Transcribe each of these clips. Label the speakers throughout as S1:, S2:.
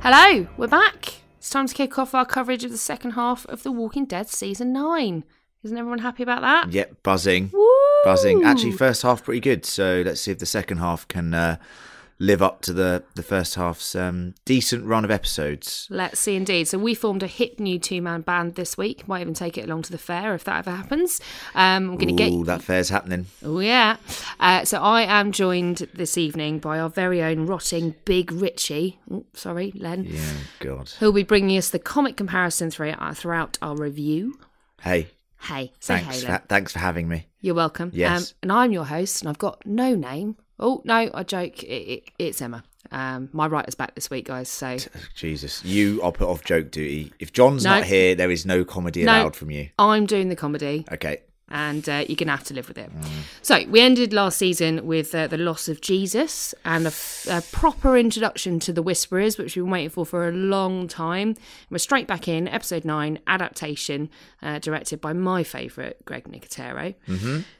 S1: Hello, we're back. It's time to kick off our coverage of the second half of The Walking Dead season nine. Isn't everyone happy about that?
S2: Yep, buzzing.
S1: Woo!
S2: Buzzing. Actually, first half pretty good. So let's see if the second half can uh, live up to the, the first half's um, decent run of episodes.
S1: Let's see, indeed. So we formed a hip new two-man band this week. Might even take it along to the fair if that ever happens. Um, I'm going to get
S2: Ooh, that fair's happening.
S1: Oh, yeah. Uh, so I am joined this evening by our very own rotting Big Richie. Oh, sorry, Len.
S2: Yeah, God.
S1: Who'll be bringing us the comic comparison throughout throughout our review.
S2: Hey,
S1: Hey, say
S2: thanks.
S1: hey,
S2: For,
S1: Len.
S2: thanks for having me.
S1: You're welcome.
S2: Yes.
S1: Um, and I'm your host, and I've got no name. Oh, no, I joke. It, it, it's Emma. Um, my writer's back this week, guys. So
S2: Jesus, you are put off joke duty. If John's
S1: No.
S2: not here, there is no comedy
S1: No.
S2: allowed from you.
S1: I'm doing the comedy,
S2: Okay.
S1: and uh, you're going to have to live with it. So we ended last season with uh, the loss of Jesus and a, f- a proper introduction to the Whisperers, which we've been waiting for for a long time. And we're straight back in, episode nine, adaptation, uh, directed by my favourite, Greg Nicotero.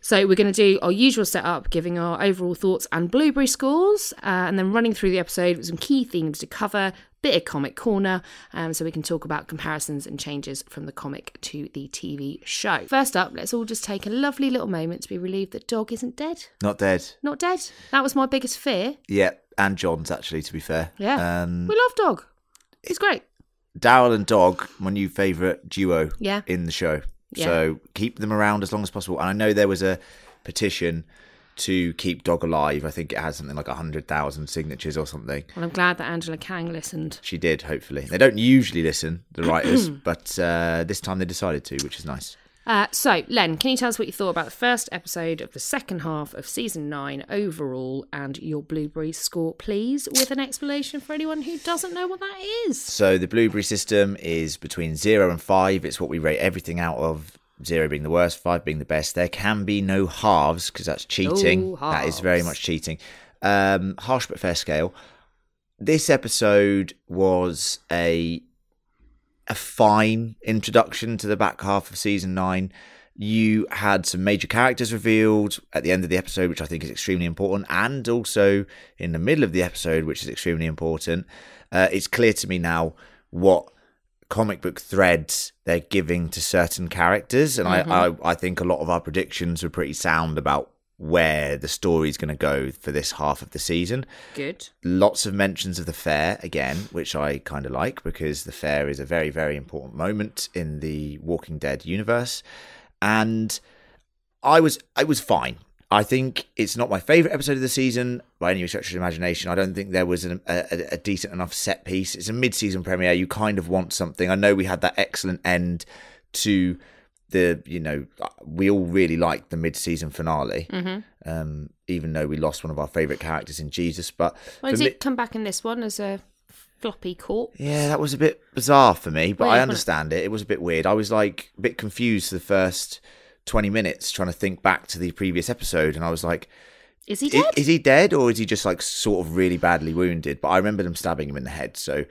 S1: So we're going to do our usual setup, giving our overall thoughts and blueberry scores, uh, and then running through the episode with some key themes to cover, bit of comic corner, um, so we can talk about comparisons and changes from the comic to the TV show. First up, let's all just take a lovely little moment to be relieved that Dog isn't dead.
S2: Not dead.
S1: Not dead. That was my biggest fear.
S2: Yeah, and John's actually, to be fair.
S1: Yeah.
S2: Um,
S1: we love Dog. He's great.
S2: Daryl and Dog, my new favourite duo
S1: Yeah.
S2: in the show.
S1: Yeah.
S2: So keep them around as long as possible. And I know there was a petition to keep Dog alive. I think it had something like 100,000 signatures or something.
S1: Well, I'm glad that Angela Kang listened.
S2: She did, hopefully. They don't usually listen, the writers, but uh, this time they decided to, which is nice.
S1: Uh, so, Len, can you tell us what you thought about the first episode of the second half of season nine overall and your blueberry score, please, with an explanation for anyone who doesn't know what that is?
S2: So the blueberry system is between zero and five. It's what we rate everything out of. Zero being the worst, five being the best. There can be no halves because that's cheating.
S1: No
S2: that is very
S1: halves.
S2: much cheating. Um, harsh but fair scale. This episode was a a fine introduction to the back half of season nine. You had some major characters revealed at the end of the episode, which I think is extremely important, and also in the middle of the episode, which is extremely important. Uh, it's clear to me now what comic book threads they're giving to certain characters, and I, I, I think a lot of our predictions were pretty sound about where the story's going to go for this half of the season
S1: Good.
S2: lots of mentions of the fair again, which I kind of like because the fair is a very, very important moment in the Walking Dead universe. And I was, I was fine. I think it's not my favorite episode of the season by any stretch of the imagination. I don't think there was an, a, a- a decent enough set piece. It's a mid-season premiere. You kind of want something. I know we had that excellent end to the, you know, we all really liked the mid-season finale.
S1: Mm-hmm.
S2: Um, even though we lost one of our favorite characters in Jesus, but
S1: Well,
S2: for
S1: does
S2: me-
S1: it come back in this one as a floppy corpse?
S2: yeah, that was a bit bizarre for me, but
S1: Well,
S2: I
S1: you-
S2: understand it. It was a bit weird. I was like a bit confused the first 20 minutes trying to think back to the previous episode, and I was like,
S1: Is he
S2: "I-
S1: dead?
S2: is, he dead or is he just like sort of really badly wounded? But I remember them stabbing him in the head, so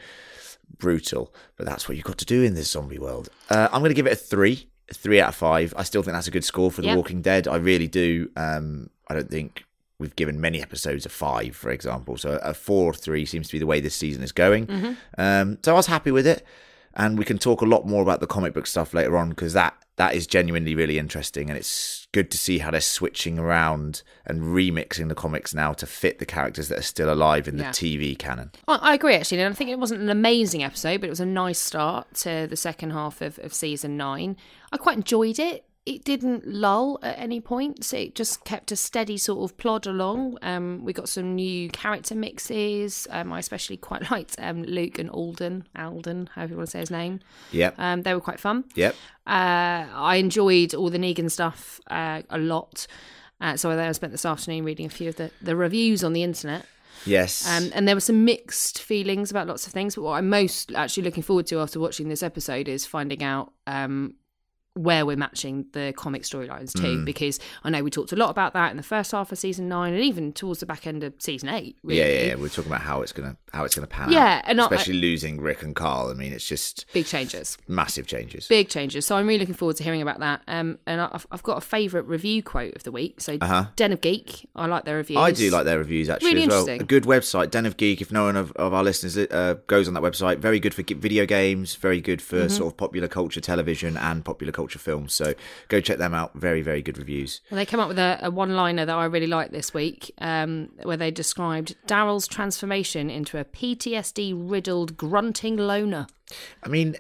S2: brutal. But that's what you've got to do in this zombie world. Uh, I'm going to give it a three, a three out of five. I still think that's a good score for The
S1: Yeah.
S2: Walking Dead. I really do. Um, I don't think we've given many episodes a five, for example. So a four or three seems to be the way this season is going.
S1: Mm-hmm.
S2: Um, so I was happy with it, and we can talk a lot more about the comic book stuff later on because that that is genuinely really interesting, and it's good to see how they're switching around and remixing the comics now to fit the characters that are still alive in
S1: Yeah.
S2: the TV canon.
S1: I, I agree, actually. And I think it wasn't an amazing episode, but it was a nice start to the second half of, of season nine. I quite enjoyed it. It didn't lull at any point, so it just kept a steady sort of plod along. Um, we got some new character mixes. Um, I especially quite liked um, Luke and Alden, Alden, however you want to say his name.
S2: Yep.
S1: Um, they were quite fun.
S2: Yep.
S1: Uh, I enjoyed all the Negan stuff uh, a lot. Uh, so I then spent this afternoon reading a few of the, the reviews on the internet.
S2: Yes.
S1: Um, and there were some mixed feelings about lots of things. But what I'm most actually looking forward to after watching this episode is finding out um, where we're matching the comic storylines to.
S2: Hmm.
S1: Because I know we talked a lot about that in the first half of season nine and even towards the back end of season eight. Really.
S2: Yeah, yeah, yeah. We're talking about how it's gonna how it's gonna pan out.
S1: Yeah, and I-
S2: especially losing Rick and Carl. I mean, it's just
S1: Big changes.
S2: massive changes.
S1: Big changes. So I'm really looking forward to hearing about that. Um, and I- I've, I've got a favourite review quote of the week. So Den of Geek. I like their reviews.
S2: Uh-huh. I do like their reviews actually
S1: Really
S2: as well. A
S1: interesting.
S2: good website, Den of Geek. If no one of, of our listeners uh, goes on that website, very good for ge- video games, very good for
S1: Mm-hmm.
S2: sort of popular culture television and popular culture films. So go check them out. Very, very good reviews.
S1: Well, they came up with a, a one liner that I really liked this week, um, where they described Daryl's transformation into a PTSD riddled grunting loner.
S2: I mean,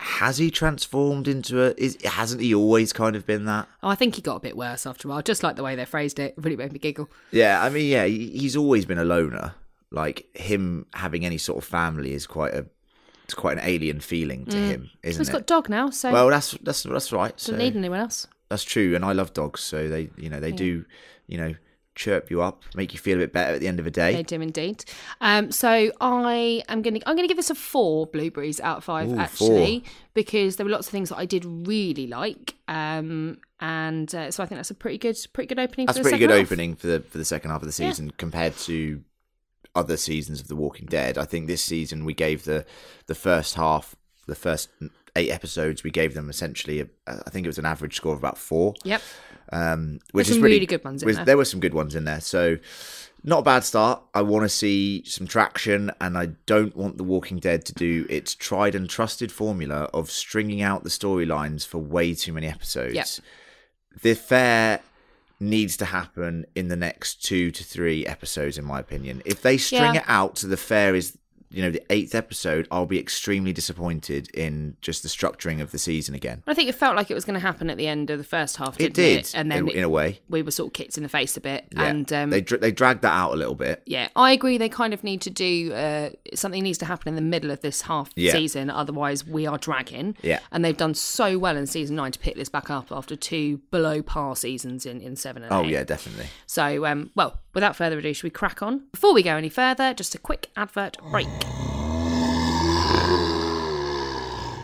S2: has he transformed into a? Is hasn't he always kind of been that?
S1: Oh, I think he got a bit worse after a while, just like the way they phrased it. Really made me giggle.
S2: Yeah, I mean, yeah, he- he's always been a loner. Like him having any sort of family is quite a, it's quite an alien feeling to him, isn't
S1: Mm. He's
S2: it?
S1: got dog now, so
S2: well, that's that's that's right.
S1: doesn't
S2: So
S1: need anyone else.
S2: that's true, and I love dogs, so they you know they do, you know, chirp you up, make you feel a bit better at the end of the day.
S1: They do indeed. Um, so I am going to I'm going to give this a four blueberries out of five
S2: Ooh,
S1: actually because there were lots of things that I did really like, um, and uh, so I think that's a pretty good pretty good opening.
S2: that's a
S1: for the
S2: pretty good
S1: second half.
S2: opening for the for the second half of the season compared to other seasons of The Walking Dead. I think this season we gave the the first half, the first eight episodes, we gave them essentially, a, I think it was an average score of about four.
S1: Yep.
S2: um, which
S1: There's
S2: is
S1: some
S2: pretty-
S1: really good ones in
S2: was-
S1: there.
S2: were some good ones in there, so not a bad start. I want to see some traction, and I don't want The Walking Dead to do its tried and trusted formula of stringing out the storylines for way too many episodes.
S1: Yep.
S2: The fair needs to happen in the next two to three episodes, in my opinion. If they string
S1: Yeah.
S2: it out to the fair is you know the eighth episode, I'll be extremely disappointed in just the structuring of the season again.
S1: I think it felt like it was going to happen at the end of the first half.
S2: It
S1: Didn't it
S2: did,
S1: and then
S2: in, in a way.
S1: we were sort of kicked in the face a bit.
S2: Yeah.
S1: And um,
S2: they dra- they dragged that out a little bit.
S1: yeah, I agree. They kind of need to do uh, something needs to happen in the middle of this half
S2: Yeah.
S1: season, otherwise we are dragging.
S2: Yeah.
S1: and they've done so well in season nine to pick this back up after two below par seasons in in seven and
S2: Oh
S1: eight.
S2: yeah, definitely.
S1: So um, well, without further ado, should we crack on? Before we go any further, just a quick advert break.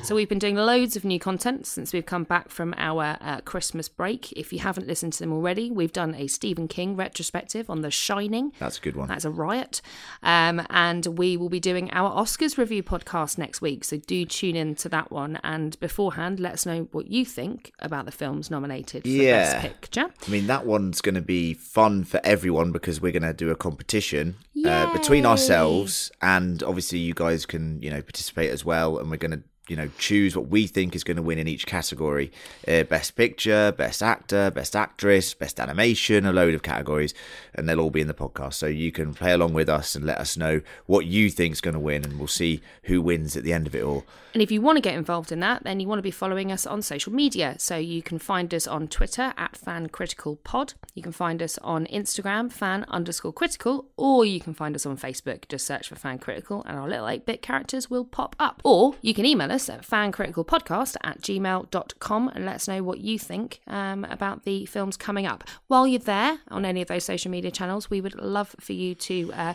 S1: So we've been doing loads of new content since we've come back from our uh, Christmas break. If you haven't listened to them already, we've done a Stephen King retrospective on The Shining.
S2: That's a good one.
S1: That's a riot. Um, and we will be doing our Oscars review podcast next week. So do tune in to that one. And beforehand, let us know what you think about the films nominated for
S2: Yeah.
S1: Best Picture.
S2: I mean, that one's going to be fun for everyone because we're going to do a competition uh, between ourselves, and obviously you guys can you know participate as well, and we're going to you know choose what we think is going to win in each category: uh, best picture, best actor, best actress, best animation, a load of categories, and they'll all be in the podcast. So you can play along with us and let us know what you think's going to win, and we'll see who wins at the end of it all.
S1: And if you want to get involved in that, then you want to be following us on social media. So you can find us on Twitter at fan critical pod. You can find us on Instagram, fan underscore critical, or you can find us on Facebook. Just search for fan critical and our little 8 bit characters will pop up. Or you can email us at fancriticalpodcast at gmail.com and let us know what you think um, about the films coming up. While you're there on any of those social media channels, we would love for you to. Uh,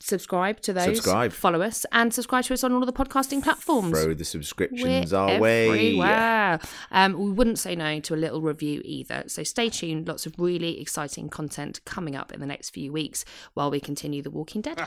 S1: Subscribe to those.
S2: Subscribe.
S1: Follow us and subscribe to us on all of the podcasting platforms.
S2: Throw the subscriptions
S1: We're
S2: our way.
S1: everywhere. Um, we wouldn't say no to a little review either. So stay tuned. Lots of really exciting content coming up in the next few weeks while we continue The
S2: Ah.
S1: Walking Dead.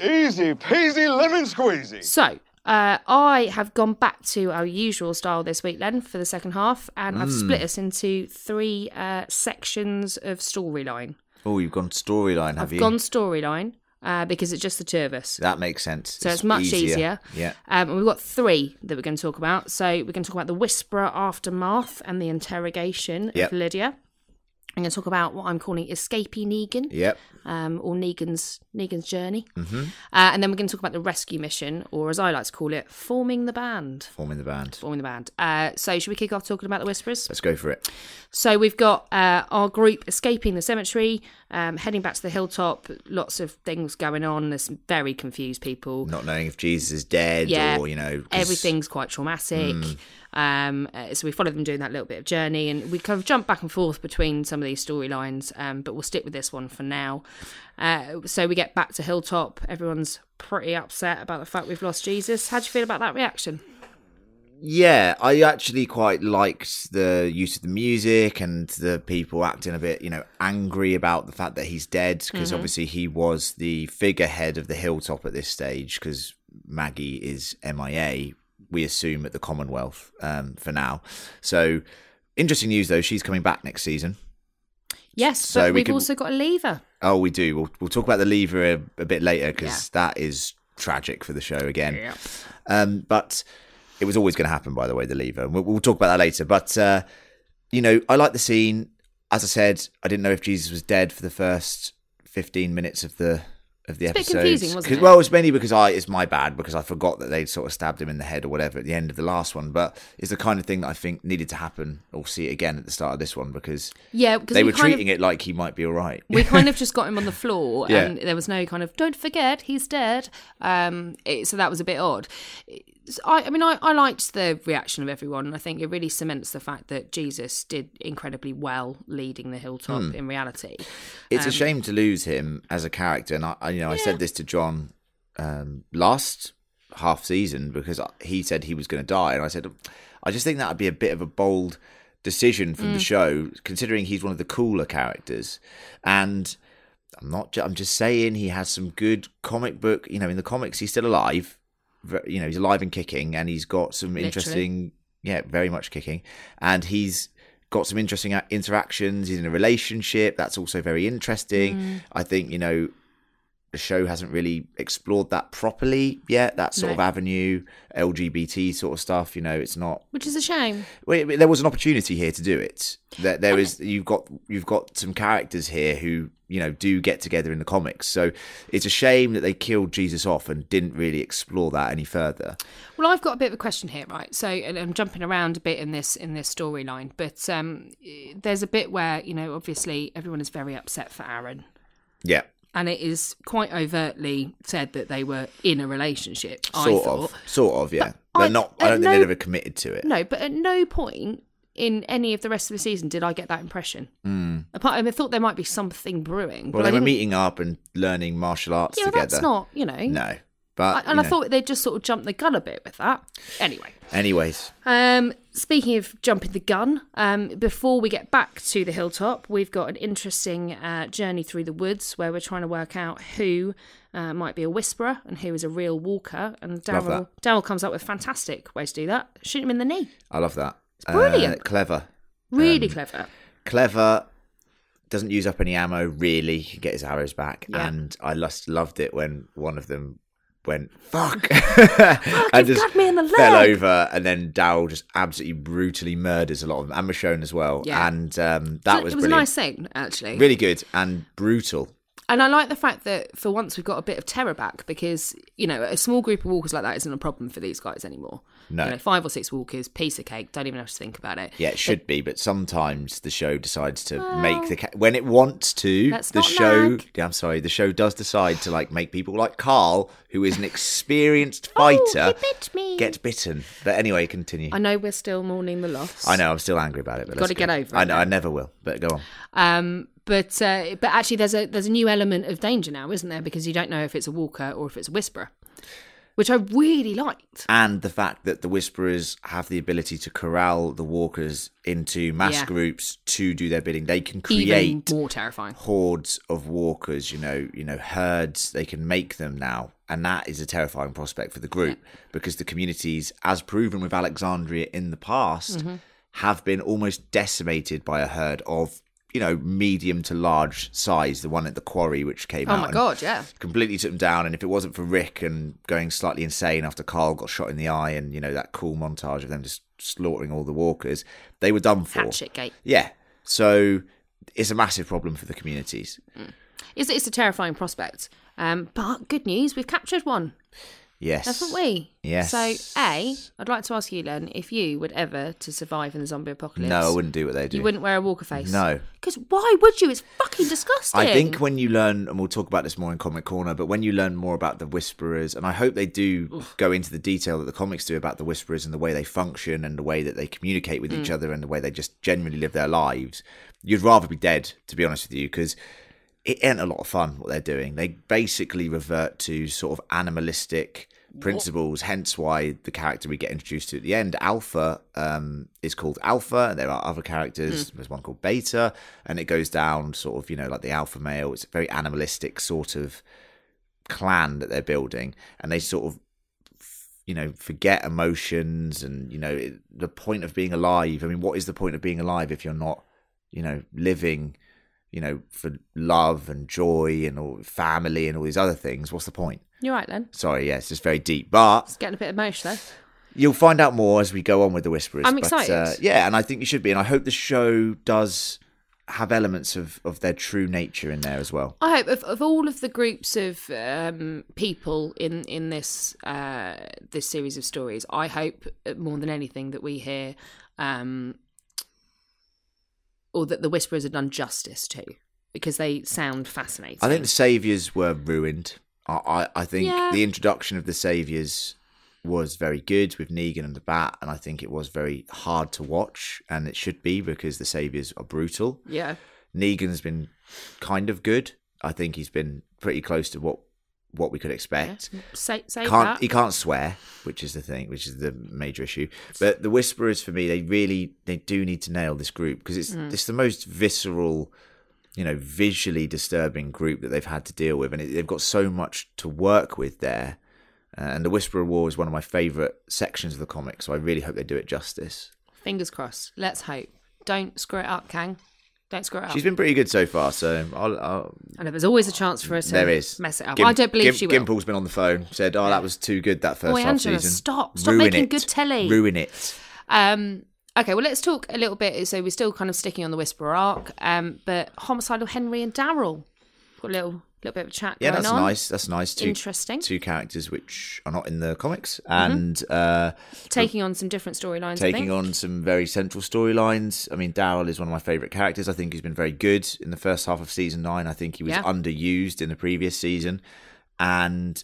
S3: Easy peasy Ah! lemon squeezy.
S1: So Uh, I have gone back to our usual style this week, Len, for the second half, and
S2: Hmm.
S1: I've split us into three uh, sections of storyline.
S2: Oh, you've gone storyline, have
S1: I've
S2: you?
S1: gone storyline uh, because it's just the two of us.
S2: That makes sense.
S1: So it's much easier.
S2: Yeah.
S1: Um, and we've got three that we're going to talk about. So we're going to talk about the Whisperer aftermath and the interrogation
S2: Yep.
S1: of Lydia. I'm going to talk about what I'm calling escapee Negan,
S2: Yep.
S1: um, or Negan's Negan's journey, mm-hmm. uh, and then we're going to talk about the rescue mission, or as I like to call it, forming the band.
S2: Forming the band.
S1: Forming the band. Uh, so should we kick off talking about the Whisperers?
S2: Let's go for it.
S1: So we've got uh, our group escaping the cemetery, um, heading back to the hilltop. Lots of things going on. There's some very confused people.
S2: Not knowing if Jesus is dead
S1: Yeah.
S2: or, you know, 'cause-
S1: Everything's quite traumatic. Um, uh, so we follow them doing that little bit of journey, and we kind of jump back and forth between some of these storylines. Um, but we'll stick with this one for now. Uh, so we get back to hilltop. Everyone's pretty upset about the fact we've lost Jesus. How do you feel about that reaction?
S2: Yeah, I actually quite liked the use of the music and the people acting a bit, you know, angry about the fact that he's dead because obviously he was the figurehead of the hilltop at this stage because Maggie is MIA, we assume, at the Commonwealth um, for now. So, interesting news though, she's coming back next season.
S1: Yes,
S2: So
S1: but
S2: we
S1: we've
S2: can-
S1: also got a lever.
S2: Oh, we do. We'll, we'll talk about the lever a, a bit later because that is tragic for the show again. Um, but it was always going to happen, by the way, the lever. We'll, we'll talk about that later. But, uh, you know, I like the scene. As I said, I didn't know if Jesus was dead for the first 15 minutes of the of the
S1: It's a bit
S2: episode.
S1: confusing, wasn't
S2: 'Cause-
S1: it?
S2: Well, it's mainly because I it's my bad because I forgot that they'd sort of stabbed him in the head or whatever at the end of the last one. But it's the kind of thing that I think needed to happen or see it again at the start of this one because
S1: Yeah, because
S2: they
S1: we
S2: were
S1: kind of-
S2: treating it like he might be all right.
S1: we kind of just got him on the floor
S2: Yeah.
S1: and there was no kind of don't forget he's dead um it, so that was a bit odd It's- I, I mean I, I liked the reaction of everyone and i think it really cements the fact that jesus did incredibly well leading the hilltop
S2: Hmm.
S1: in reality
S2: It's a shame to lose him as a character, and I, I you know, I said this to John um, last half season because I- he said he was going to die, and I said, I just think that would be a bit of a bold decision from the show, considering he's one of the cooler characters, and I'm not, ju- I'm just saying he has some good comic book, you know, in the comics he's still alive, ver- you know, he's alive and kicking, and he's got some
S1: Literally.
S2: interesting, yeah, very much kicking, and he's got some interesting a- interactions. He's in a relationship. That's also very interesting. I think, you know, the show hasn't really explored that properly yet. That sort
S1: No.
S2: of avenue, LGBT sort of stuff. You know, it's not.
S1: which is a shame
S2: Well, there was an opportunity here to do it. That there is. You've got you've got some characters here who you know do get together in the comics. So it's a shame that they killed Jesus off and didn't really explore that any further.
S1: Well, I've got a bit of a question here, right? So, and I'm jumping around a bit in this in this storyline, but um, there's a bit where you know, obviously, everyone is very upset for Aaron,
S2: Yeah,
S1: and it is quite overtly said that they were in a relationship. I
S2: sort
S1: thought.
S2: of, sort of. Yeah,
S1: But
S2: they're
S1: I-
S2: not. I
S1: uh,
S2: don't think
S1: no-
S2: they'd ever committed to it.
S1: No, but at no point in any of the rest of the season did I get that impression. Apart, I, mean, I thought there might be something brewing.
S2: Hmm.
S1: but I
S2: Well, they were
S1: didn't-
S2: meeting up and learning martial arts
S1: Yeah, well,
S2: together.
S1: that's not, you know.
S2: No, but
S1: I,
S2: you
S1: and I
S2: know.
S1: thought they just sort of jumped the gun a bit with that. Anyway,
S2: Anyways,
S1: um, speaking of jumping the gun, um, before we get back to the hilltop, we've got an interesting uh, journey through the woods where we're trying to work out who uh, might be a whisperer and who is a real walker. And
S2: Love
S1: Daryl, Daryl comes up with a fantastic way to do that: shoot him in the knee.
S2: I love that. Uh,
S1: brilliant.
S2: clever,
S1: Really clever.
S2: clever. Doesn't use up any ammo really. He can get his arrows back,
S1: Yeah.
S2: and I lust loved it when one of them went fuck, fuck and
S1: you've got me in the
S2: fell
S1: leg.
S2: over, and then Daryl just absolutely brutally murders a lot of them, and Michonne as well.
S1: Yeah.
S2: And um, that
S1: it
S2: was,
S1: was
S2: brilliant.
S1: a nice scene actually
S2: really good and brutal.
S1: and i like the fact that for once we've got a bit of terror back because you know a small group of walkers like that isn't a problem for these guys anymore
S2: No.
S1: you know, five or six walkers piece of cake don't even have to think about it
S2: Yeah, it should be, but sometimes the show decides to make the ca- when it wants to.
S1: Let's
S2: the
S1: not
S2: show,
S1: nag.
S2: yeah, I'm sorry, the show does decide to like make people like Carl, who is an experienced
S1: Oh,
S2: fighter,
S1: bit me.
S2: uh, get bitten. But anyway, continue.
S1: i know we're still mourning the loss
S2: I know I'm still angry about it, but
S1: You've
S2: let's
S1: gotta
S2: go.
S1: get over
S2: I
S1: it
S2: know I never will, but go on.
S1: um but uh, but actually there's a there's a new element of danger now isn't there because you don't know if it's a walker or if it's a whisperer which I really liked.
S2: and the fact that the whisperers have the ability to corral the walkers into mass
S1: Yeah.
S2: groups to do their bidding they can
S1: Even
S2: create
S1: more terrifying.
S2: hordes of walkers you know you know herds they can make them now and that is a terrifying prospect for the group because the communities as proven with alexandria in the past
S1: Mm-hmm.
S2: have been almost decimated by a herd of you know medium to large size the one at the quarry which came
S1: Oh
S2: out
S1: my
S2: and
S1: god, yeah.
S2: completely took him down. And if it wasn't for Rick and going slightly insane after Carl got shot in the eye, and you know that cool montage of them just slaughtering all the walkers, they were done for.
S1: Hatchet gate.
S2: Yeah, so it's a massive problem for the communities.
S1: It's, it's a terrifying prospect. Um, but good news, we've captured one,
S2: Yes,
S1: haven't we?
S2: Yes.
S1: So, A, I'd like to ask you, Len, if you would ever to survive in the zombie apocalypse.
S2: No, I wouldn't do what they do.
S1: You wouldn't wear a walker face.
S2: No.
S1: Because why would you? It's fucking disgusting.
S2: I think when you learn, and we'll talk about this more in Comic Corner, but when you learn more about the Whisperers, and I hope they do go into the detail that the comics do about the Whisperers and the way they function and the way that they communicate with
S1: Mm.
S2: each other and the way they just genuinely live their lives, you'd rather be dead, to be honest with you, because it ain't a lot of fun what they're doing. They basically revert to sort of animalistic principles, hence why the character we get introduced to at the end, Alpha, um, is called Alpha. And there are other characters. There's one called Beta, and it goes down sort of, you know, like the alpha male. It's a very animalistic sort of clan that they're building, and they sort of you know forget emotions and you know it, the point of being alive i mean what is the point of being alive if you're not you know living you know for love and joy and all family and all these other things what's the point
S1: You're right, Len.
S2: sorry yeah it's just very deep but
S1: It's getting a bit emotional.
S2: you'll find out more as we go on with the whisperers
S1: I'm
S2: but,
S1: excited.
S2: uh, yeah and i think you should be and i hope the show does have elements of of their true nature in there as well
S1: I hope of, of all of the groups of um, people in in this uh, this series of stories, I hope uh, more than anything that we hear, um, or that the whisperers are done justice to, because they sound fascinating.
S2: I think the Saviors were ruined. I, I, I think
S1: Yeah.
S2: the introduction of the Saviors was very good with Negan and the Bat, and I think it was very hard to watch, and it should be because the Saviors are brutal.
S1: yeah,
S2: Negan's been kind of good. I think he's been pretty close to what what we could expect
S1: say say
S2: can't
S1: that.
S2: he can't swear, which is the thing, which is the major issue. But the Whisperers for me, they really they do need to nail this group because it's
S1: Mm.
S2: it's the most visceral, you know, visually disturbing group that they've had to deal with, and it, they've got so much to work with there. Uh, and the Whisperer War is one of my favorite sections of the comic, so I really hope they do it justice.
S1: Fingers crossed. Let's hope. Don't screw it up, Kang. Don't screw it up.
S2: She's been pretty good so far, so I'll, I'll,
S1: and there's always a chance for her to
S2: there is
S1: mess it up.
S2: Gim-
S1: I don't believe
S2: Gim-
S1: she will.
S2: Gimple's been on the phone, said, "Oh, that was too good that first
S1: Oi,
S2: half
S1: Angela,
S2: season."
S1: stop. Stop making good telly.
S2: Ruin it.
S1: Um, okay, well, let's talk a little bit. So we're still kind of sticking on the Whisperer arc, um, but homicidal Henry and Daryl got a little little bit of a chat.
S2: Yeah,
S1: going
S2: that's
S1: on.
S2: nice. That's nice. Two,
S1: Interesting. Mm-hmm.
S2: Two characters which are not in the comics and uh,
S1: Taking on some different storylines. I
S2: taking
S1: think.
S2: on some very central storylines. I mean, Daryl is one of my favourite characters. I think he's been very good in the first half of season nine. I think he was
S1: Yeah.
S2: underused in the previous season. And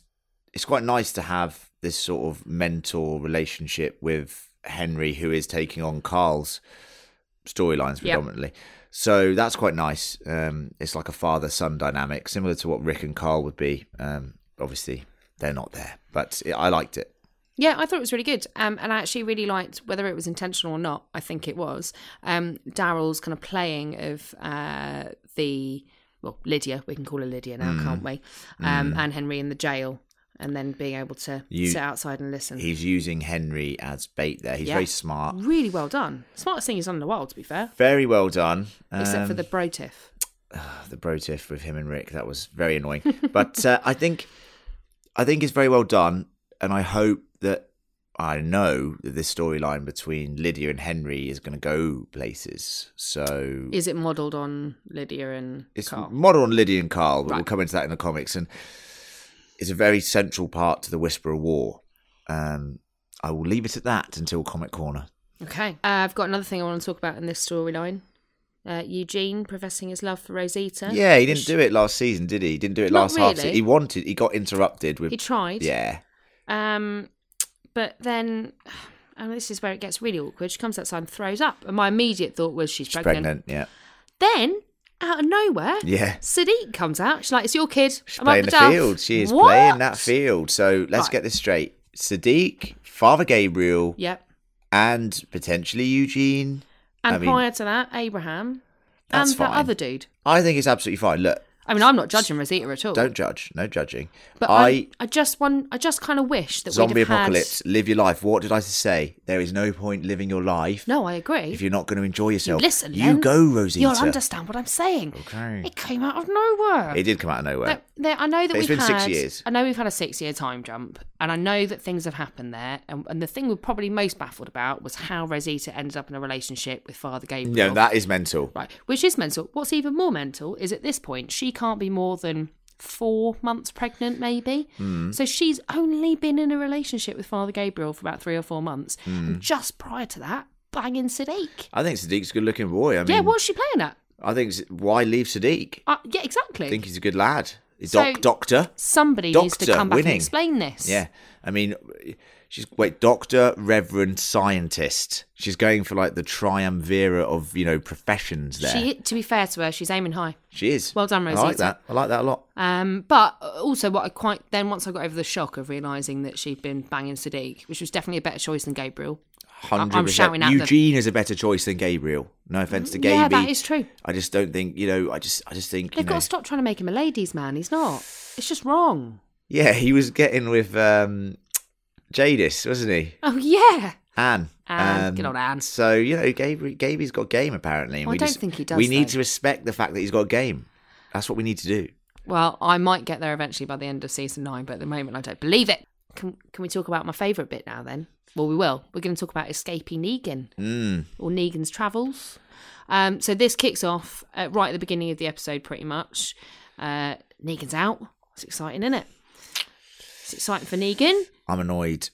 S2: it's quite nice to have this sort of mentor relationship with Henry, who is taking on Carl's storylines predominantly. So that's quite nice. Um, it's like a father son dynamic, similar to what Rick and Carl would be. Um, obviously, they're not there, but it, I liked it.
S1: Yeah, I thought it was really good. Um, and I actually really liked whether it was intentional or not. I think it was. Um, Daryl's kind of playing of uh, the well Lydia. We can call her Lydia
S2: Mm.
S1: now, can't we? Um, and Henry in the jail, and then being able to
S2: You-
S1: sit outside and listen.
S2: He's using Henry as bait there. He's
S1: Yeah.
S2: very smart.
S1: Really well done. Smartest thing he's done in the world, to be fair,
S2: Very well done.
S1: except for
S2: Um, oh,
S1: the bro tiff.
S2: the bro tiff with him and Rick. That was very annoying. But uh, I think I think it's very well done, and I hope that I know that this storyline between Lydia and Henry is going to go places. So
S1: Is it modelled on Lydia and
S2: it's
S1: Carl?
S2: model on Lydia and Carl, but we'll come into that in the comics. And it's a very central part to the Whisperer War. Um, I will leave it at that until Comic Corner.
S1: Okay. Uh, I've got another thing I want to talk about in this storyline. Uh, Eugene professing his love for Rosita.
S2: Yeah, he didn't do it last season, did he? He didn't do it
S1: Not
S2: last half.
S1: really.
S2: He wanted. He got interrupted with.
S1: He tried.
S2: yeah.
S1: Um, but then, and this is where it gets really awkward. She comes outside and throws up. And my immediate thought was she's,
S2: She's pregnant. Yeah.
S1: Then out of nowhere,
S2: Yeah.
S1: Sadiq comes out. She's like, "It's your kid."
S2: She's
S1: I'm like,
S2: playing the
S1: "Duff."
S2: field. She is
S1: What?
S2: playing that field. So let's
S1: Right.
S2: get this straight. Sadiq, Father Gabriel,
S1: Yep.
S2: and potentially Eugene.
S1: And
S2: I mean-
S1: prior to that, Abraham
S2: That's
S1: and
S2: fine.
S1: that other dude.
S2: I think it's absolutely fine. Look,
S1: I mean, I'm not judging Rosita at all.
S2: don't judge. No judging.
S1: but I,
S2: I
S1: I, just want, I just kind of wish that
S2: zombie
S1: we'd have
S2: apocalypse. Live your life. What did I say? There is no point living your life
S1: Had, no, I agree.
S2: if you're not going to enjoy yourself.
S1: Listen,
S2: you
S1: then,
S2: go, Rosita.
S1: You'll understand what I'm saying.
S2: Okay.
S1: It came out of nowhere.
S2: It did come out of nowhere.
S1: There- there- I know that
S2: But
S1: we've
S2: it's been
S1: had,
S2: six years.
S1: I know we've had a six-year time jump, and I know that things have happened there. And, and the thing we're probably most baffled about was how Rosita ended up in a relationship with Father Gabriel.
S2: yeah, that is mental.
S1: Right, which is mental. What's even more mental is at this point, she can't be more than four months pregnant, maybe.
S2: Hmm.
S1: So she's only been in a relationship with Father Gabriel for about three or four months. And just prior to that, banging Sadiq.
S2: Hmm. I think Sadiq's a good looking boy. I mean,
S1: yeah, what's she playing at?
S2: I think s- why leave Sadiq?
S1: Uh, yeah,
S2: I
S1: exactly.
S2: think he's a good lad. He's
S1: So-
S2: doc- doctor.
S1: Somebody needs to
S2: Doctor,
S1: come back
S2: winning.
S1: and explain this.
S2: Yeah. I mean, she's wait, doctor, reverend, scientist. She's going for like the triumvirate of, you know, professions there.
S1: She, to be fair to her, she's aiming high.
S2: She is.
S1: Well done,
S2: I like
S1: Rosita.
S2: that. I like that a lot.
S1: Um, but also, what I quite then once I got over the shock of realizing that she'd been banging Sadiq, which was definitely a better choice than Gabriel.
S2: 100%.
S1: shouting at them.
S2: Eugene is a better choice than Gabriel. No offense to Gaby.
S1: Yeah, that is true.
S2: I just don't think, you know, I just I just think,
S1: They've
S2: you
S1: got
S2: know.
S1: to stop trying to make him a ladies' man. He's not. It's just wrong.
S2: Yeah, he was getting with um Jadis, wasn't he?
S1: Oh yeah.
S2: Anne. Um,
S1: Anne, good old Anne.
S2: So, you know, Gabriel, Gaby's got game apparently. and
S1: Well, I
S2: we
S1: don't
S2: just-
S1: think he does,
S2: We need
S1: though.
S2: to respect the fact that he's got game. That's what we need to do.
S1: Well, I might get there eventually by the end of season nine, but at the moment I don't believe it. Can Can we talk about my favourite bit now? Then, well, we will. We're going to talk about escaping Negan or Negan's travels. Um, so this kicks off uh, right at the beginning of the episode, pretty much. Uh, Negan's out. It's exciting, isn't it? It's exciting for Negan.
S2: I'm annoyed.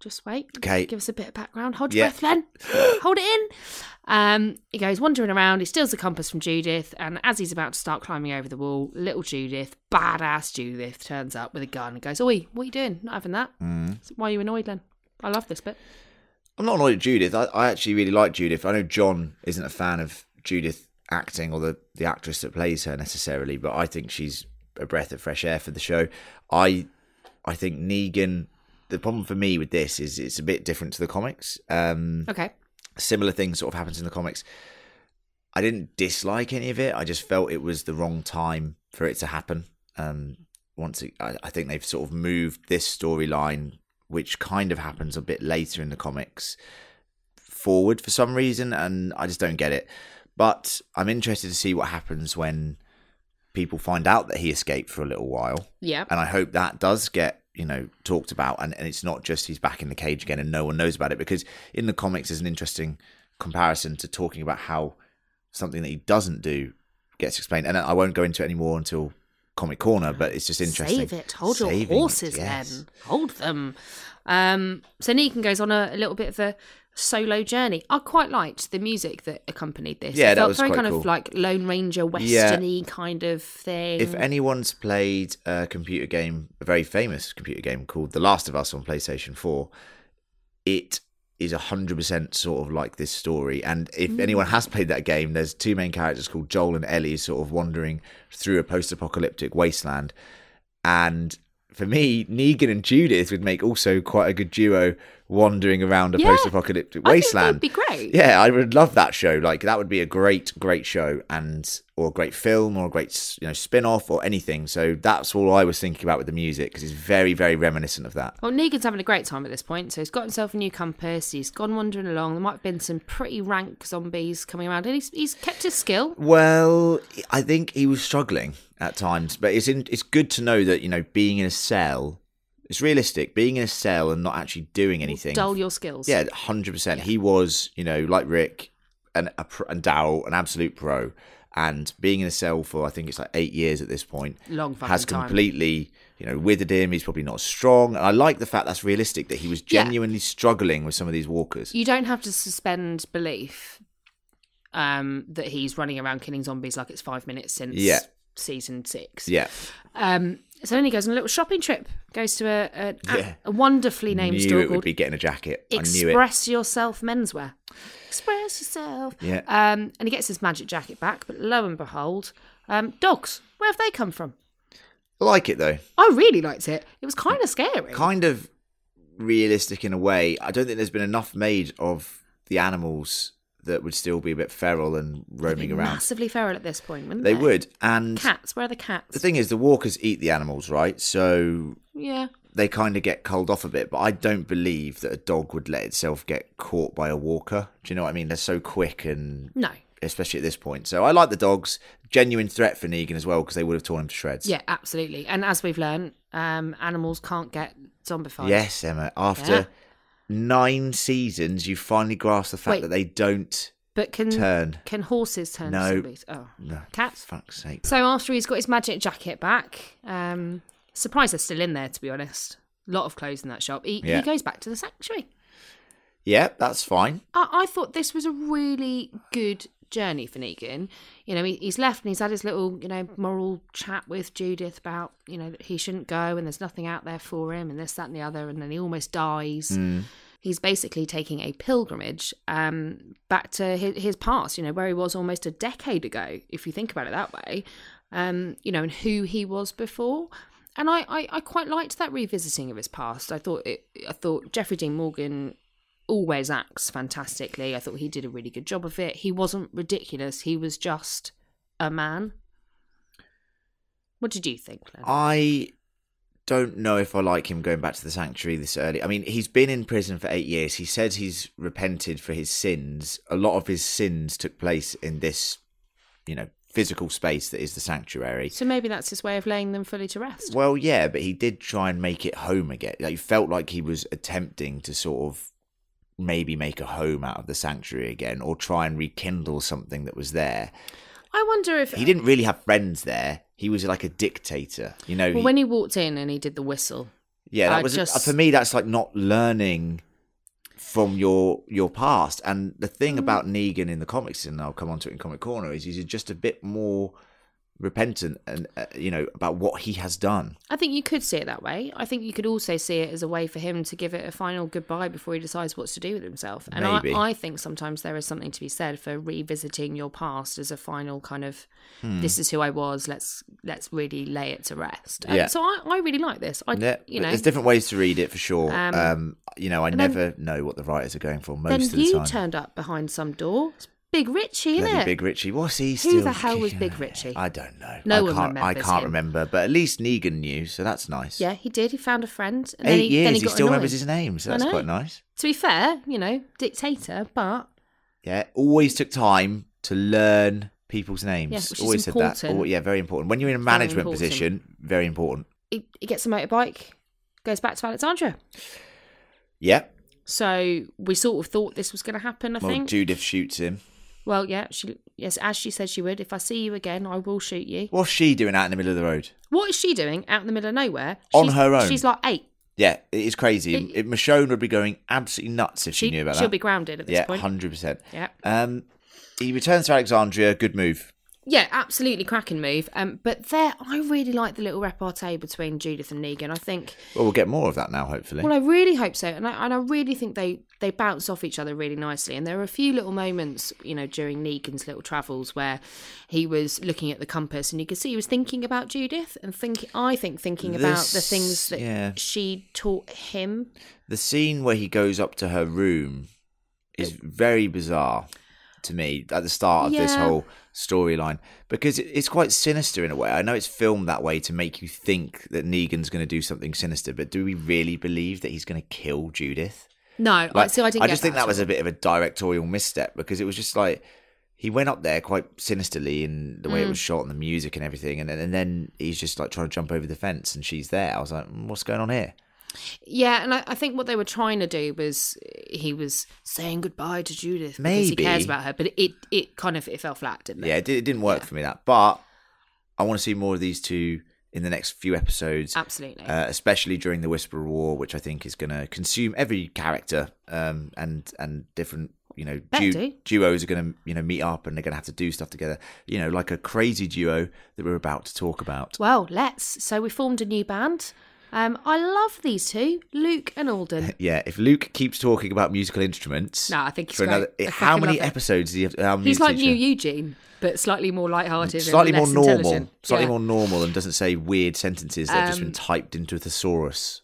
S1: Just wait.
S2: Okay.
S1: Give us a bit of background. Hold your
S2: Yeah.
S1: breath, Len. Hold it in. Um, he goes wandering around. He steals the compass from Judith. And as he's about to start climbing over the wall, little Judith, badass Judith, turns up with a gun and goes, Oi, what are you doing? Not having that.
S2: Mm.
S1: So why are you annoyed, Len? I love this bit.
S2: I'm not annoyed at Judith. I, I actually really like Judith. I know John isn't a fan of Judith acting or the, the actress that plays her necessarily, but I think she's a breath of fresh air for the show. I I think Negan the problem for me with this is it's a bit different to the comics. Um,
S1: Okay.
S2: similar thing sort of happens in the comics. I didn't dislike any of it. I just felt it was the wrong time for it to happen. Um, once it, I, I think they've sort of moved this storyline, which kind of happens a bit later in the comics, forward for some reason, and I just don't get it. But I'm interested to see what happens when people find out that he escaped for a little while
S1: Yeah.
S2: and I hope that does get you know talked about and, and it's not just he's back in the cage again and no one knows about it because in the comics there's an interesting comparison to talking about how something that he doesn't do gets explained and I won't go into it anymore until comic corner but it's just interesting
S1: Save it. Hold your
S2: Saving it,
S1: horses,
S2: yes.
S1: Len. Hold them. Um, so Negan goes on a, a little bit of a solo journey. I quite liked the music that accompanied this.
S2: Yeah,
S1: it
S2: that
S1: felt
S2: was
S1: very
S2: quite
S1: kind
S2: cool.
S1: of like Lone Ranger westerny kind of thing.
S2: if anyone's played a computer game a very famous computer game called The Last of Us on PlayStation 4 it is 100% sort of like this story. And if anyone has played that game, there's two main characters called Joel and Ellie sort of wandering through a post apocalyptic wasteland. And for me, Negan and Judith would make also quite a good duo wandering around a
S1: Yeah.
S2: post apocalyptic
S1: I think
S2: wasteland.
S1: that'd be great.
S2: Yeah, I would love that show. Like that would be a great, great show and or a great film or a great you know spin off or anything. So that's all I was thinking about with the music because it's very, very reminiscent of that.
S1: Well, Negan's having a great time at this point, so he's got himself a new compass. He's gone wandering along. There might have been some pretty rank zombies coming around, and he's, he's kept his skill.
S2: Well, I think he was struggling at times, but it's in, it's good to know that you know being in a cell, it's realistic. Being in a cell and not actually doing anything.
S1: Dull your skills.
S2: yeah, hundred percent. He was, you know, like Rick and a, pro- and Daryl, an absolute pro, and being in a cell for I think it's like eight years at this point
S1: Long fucking
S2: has
S1: time.
S2: completely. You know, withered him. He's probably not strong. And I like the fact that's realistic that he was
S1: Yeah.
S2: genuinely struggling with some of these walkers.
S1: You don't have to suspend belief um, that he's running around killing zombies like it's five minutes since
S2: Yeah.
S1: season six.
S2: Yeah,
S1: Um, So then he goes on a little shopping trip. Goes to a, a, a-
S2: Yeah.
S1: a wonderfully named
S2: knew
S1: store
S2: it would
S1: called
S2: be getting a jacket. I knew it.
S1: Express Yourself Menswear. Express yourself.
S2: Yeah.
S1: Um, and he gets his magic jacket back, but lo and behold, um, dogs. Where have they come from?
S2: I like it though.
S1: I really liked it. It was kind of scary.
S2: Kind of realistic in a way. I don't think there's been enough made of the animals that would still be a bit feral and roaming around.
S1: Massively feral at this point, wouldn't they?
S2: They would. And
S1: Cats. Where are the cats?
S2: the thing is, the walkers eat the animals, right? So
S1: yeah.
S2: they kind of get culled off a bit. But I don't believe that a dog would let itself get caught by a walker. Do you know what I mean? They're so quick and
S1: No.
S2: especially at this point. So I like the dogs. Genuine threat for Negan as well because they would have torn him to shreds.
S1: Yeah, absolutely. And as we've learned, um, animals can't get zombified.
S2: Yes, Emma. After
S1: Yeah.
S2: nine seasons, you finally grasp the fact
S1: Wait. Mm.
S2: that they don't
S1: But can
S2: turn.
S1: can horses turn
S2: No.
S1: zombies? Oh.
S2: No,
S1: Cats.
S2: fuck's sake.
S1: So after he's got his magic jacket back, um, surprised they're still in there. To be honest, a lot of clothes in that shop. He,
S2: Yeah.
S1: he goes back to the sanctuary.
S2: Yeah, that's fine.
S1: I, I thought this was a really good journey for Negan. You know, he, he's left and he's had his little, you know, moral chat with Judith about, you know, that he shouldn't go and there's nothing out there for him and this, that, and the other. And then he almost dies.
S2: Mm.
S1: He's basically taking a pilgrimage um, back to his, his past, you know, where he was almost a decade ago, if you think about it that way, um, you know, and who he was before. And I, I, I quite liked that revisiting of his past. I thought it, I thought Jeffrey Dean Morgan always acts fantastically. I thought he did a really good job of it. He wasn't ridiculous. He was just a man. What did you think, Len?
S2: I don't know if I like him going back to the sanctuary this early. I mean, he's been in prison for eight years. He says he's repented for his sins. A lot of his sins took place in this, you know, physical space that is the sanctuary.
S1: so maybe that's his way of laying them fully to rest.
S2: Well, yeah, but he did try and make it home again. Like, he felt like he was attempting to sort of maybe make a home out of the sanctuary again or try and rekindle something that was there.
S1: I wonder if
S2: He didn't really have friends there. He was like a dictator, you know.
S1: Well,
S2: he-
S1: when he walked in and he did the whistle,
S2: yeah, that
S1: I
S2: was uh,
S1: just-
S2: for me. That's like not learning from your your past. And the
S1: Mm.
S2: thing about Negan in the comics, and I'll come on to it in Comic Corner, is he's just a bit more repentant and uh, you know about what he has done.
S1: I think you could see it that way. I think you could also see it as a way for him to give it a final goodbye before he decides what to do with himself. And I,
S2: Maybe.
S1: I think sometimes there is something to be said for revisiting your past as a final kind of
S2: Hmm.
S1: this is who I was, let's let's really lay it to rest. Um,
S2: Yeah.
S1: so I, I really like this. I
S2: Yeah,
S1: you
S2: but
S1: know
S2: there's different ways to read it for sure. Um,
S1: Um,
S2: you know, I
S1: and then-
S2: never know what the writers are going for most
S1: then
S2: of the
S1: you
S2: time.
S1: turned up behind some door. It's Big Richie,
S2: Bloody
S1: isn't it?
S2: Big Richie, what's he
S1: Who
S2: still?
S1: the hell was Big
S2: kicking?
S1: Richie?
S2: I don't know.
S1: No
S2: I
S1: one
S2: can't, I
S1: remembers
S2: can't
S1: him.
S2: remember, but at least Negan knew, so that's nice.
S1: Yeah, he did. He found a friend. And then
S2: eight
S1: he,
S2: years,
S1: then
S2: he,
S1: he, got
S2: still remembers
S1: annoyed.
S2: his name,
S1: I
S2: so that's
S1: know.
S2: quite nice.
S1: To be fair, you know, dictator, but
S2: Yeah, always took time to learn people's names.
S1: Yeah, which is
S2: always said that.
S1: important.
S2: Al- yeah, very important. When you're in a management
S1: important.
S2: position, very important.
S1: he, he gets a motorbike, goes back to Alexandria.
S2: Yeah.
S1: So we sort of thought this was going to happen. I
S2: Well,
S1: think.
S2: Judith shoots him.
S1: well, yeah, she yes, as she said she would. If I see you again, I will shoot you.
S2: What's she doing out in the middle of the road?
S1: What is she doing out in the middle of nowhere?
S2: On
S1: She's-
S2: her own.
S1: She's like eight.
S2: Yeah, it is crazy. It,
S1: It-
S2: Michonne would be going absolutely nuts if she,
S1: She,
S2: knew about
S1: she'll
S2: that.
S1: be grounded at this
S2: yeah,
S1: point.
S2: hundred percent.
S1: Yeah.
S2: Um, he returns to Alexandria. Good move.
S1: Yeah, absolutely cracking move. Um, but there, I really like the little repartee between Judith and Negan. I think.
S2: Well, we'll get more of that now, hopefully.
S1: Well, I really hope so, and I and I really think they they bounce off each other really nicely. And there are a few little moments, you know, during Negan's little travels where he was looking at the compass, and you could see he was thinking about Judith and thinking. I think thinking about the
S2: This-
S1: things that
S2: yeah.
S1: she taught him.
S2: the scene where he goes up to her room is very bizarre to me at the start of this
S1: Yeah.
S2: whole storyline because it- it's quite sinister in a way. I know it's filmed that way to make you think that Negan's going to do something sinister, but do we really believe that he's going to kill Judith?
S1: No, I
S2: Like,
S1: see. I didn't. get
S2: just think that
S1: at
S2: was
S1: all.
S2: a bit of a directorial misstep because it was just like he went up there quite sinisterly in the
S1: Mm.
S2: way it was shot and the music and everything, and then, and then he's just like trying to jump over the fence and she's there. I was like, "Mm, what's going on here?
S1: Yeah, and I, I think what they were trying to do was he was saying goodbye to Judith because he
S2: Maybe.
S1: cares about her, but it it kind of it fell flat, didn't it?
S2: Yeah, it, did, it didn't work for me that, but I want to see more of these two in the next few episodes,
S1: absolutely.
S2: uh, especially during the Whisperer War, which I think is going to consume every character um, and and different you know
S1: Bet
S2: du-
S1: do.
S2: duos are going to you know meet up and they're going to have to do stuff together. You know, like a crazy duo that we're about to talk about.
S1: Well, let's. So we formed a new band. Um, I love these two, Luke and Alden.
S2: Yeah, if Luke keeps talking about musical instruments,
S1: No, I think he's
S2: for
S1: great.
S2: another,
S1: I
S2: how
S1: fucking
S2: many
S1: love it.
S2: episodes? Does he have, how many
S1: He's like
S2: does
S1: new
S2: he have?
S1: Eugene, but slightly more lighthearted,
S2: slightly
S1: and
S2: more
S1: less
S2: normal,
S1: intelligent.
S2: slightly
S1: Yeah. Um,
S2: more normal, and doesn't say weird sentences that have just been typed into a thesaurus.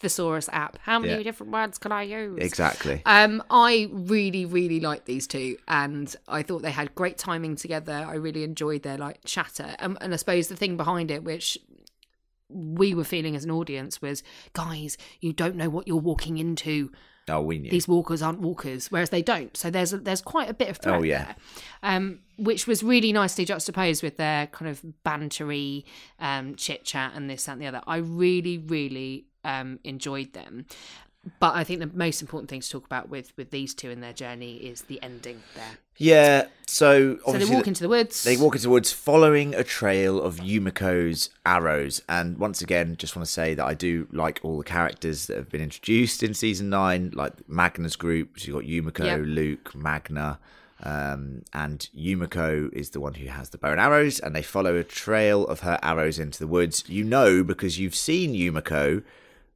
S1: thesaurus app. How many
S2: Yeah.
S1: different words can I use?
S2: Exactly.
S1: Um, I really, really liked these two, and I thought they had great timing together. I really enjoyed their like chatter, um, and I suppose the thing behind it, which we were feeling as an audience, was guys, you don't know what you're walking into.
S2: oh, we knew.
S1: These walkers aren't walkers, whereas they don't. So there's there's quite a bit of threat
S2: Oh, yeah.
S1: there, um, which was really nicely juxtaposed with their kind of bantery um, chit chat and this that, and the other. I really, really um, enjoyed them. But I think the most important thing to talk about with with these two and their journey is the ending there.
S2: Yeah. So obviously,
S1: so they walk
S2: the-
S1: into the woods.
S2: They walk into the woods following a trail of Yumiko's arrows. And once again, just want to say that I do like all the characters that have been introduced in season nine, like Magna's group. So you've got Yumiko,
S1: Yep.
S2: Luke, Magna. Um, and Yumiko is the one who has the bow and arrows. And they follow a trail of her arrows into the woods. You know, because you've seen Yumiko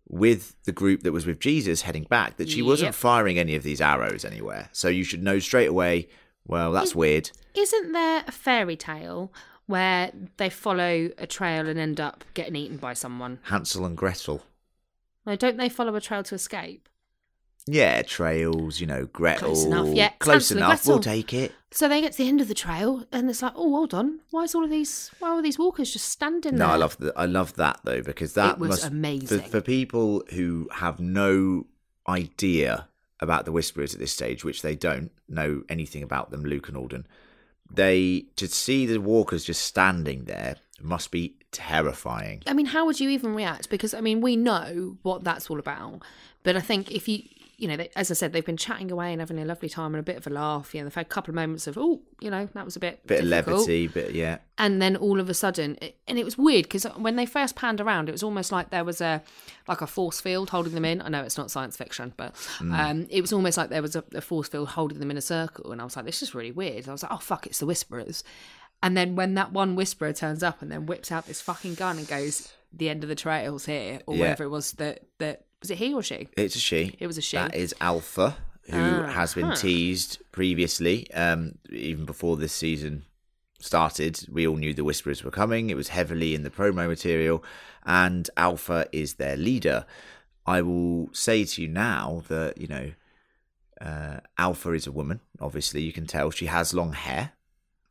S2: with the group that was with Jesus heading back, that she wasn't
S1: Yep.
S2: firing any of these arrows anywhere. So you should know straight away. Well, that's weird.
S1: Isn't there a fairy tale where they follow a trail and end up getting eaten by someone?
S2: Hansel and Gretel.
S1: No, don't they follow a trail to escape?
S2: Yeah, trails, you know, Gretel.
S1: Close enough, yeah.
S2: Close
S1: Hansel and
S2: enough, we'll
S1: Gretel.
S2: take it.
S1: So they get to the end of the trail, and it's like, oh, hold on, why is all of these? Why are these walkers just standing
S2: No,
S1: there?
S2: I love that. I love that though because that
S1: It was
S2: must,
S1: amazing.
S2: for, for people who have no idea about the Whisperers at this stage, which they don't know anything about them, Luke and Alden. They to see the walkers just standing there must be terrifying.
S1: I mean, how would you even react? Because I mean, we know what that's all about, but I think if you, you know, they, as I said, they've been chatting away and having a lovely time and a bit of a laugh. You know, they've had a couple of moments of, oh, you know, that was a bit
S2: Bit of
S1: difficult.
S2: levity, but yeah,
S1: and then all of a sudden it- and it was weird because when they first panned around it was almost like there was a like a force field holding them in i know it's not science fiction but
S2: Hmm.
S1: um, it was almost like there was a, a force field holding them in a circle and i was like this is really weird i was like oh fuck it's the whisperers and then when that one whisperer turns up and then whips out this fucking gun and goes the end of the trail's here or
S2: Yeah.
S1: whatever it was that that was it he or she
S2: it's a she.
S1: it was a she Ah,
S2: That is Alpha, who has been teased previously, um, even before this season started. We all knew the Whisperers were coming. It was heavily in the promo material, and Alpha is their leader. I will say to you now that, you know, uh, Alpha is a woman, obviously, you can tell. She has long hair.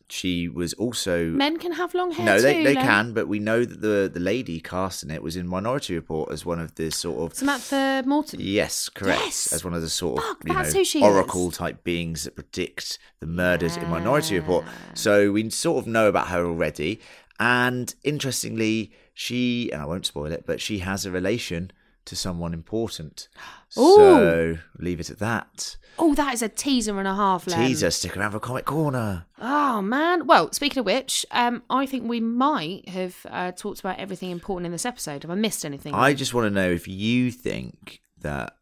S2: She was also.
S1: men can have long hair
S2: no, they,
S1: too,
S2: they
S1: Len.
S2: can, but we know that the, the lady casting it was in Minority Report as one of the sort of
S1: samantha morton
S2: Yes, correct.
S1: Yes!
S2: As one of the sort of
S1: Fuck,
S2: you
S1: that's
S2: know,
S1: who she
S2: oracle type beings that predict the murders in Minority Report. So we sort of know about her already. And interestingly, she and I won't spoil it, but she has a relation to someone important. So leave it at that.
S1: oh that is a teaser and a half Len.
S2: Teaser, stick around for Comic Corner.
S1: Oh man! Well, speaking of which, um, I think we might have uh, talked about everything important in this episode. Have I missed anything?
S2: I just want to know if you think that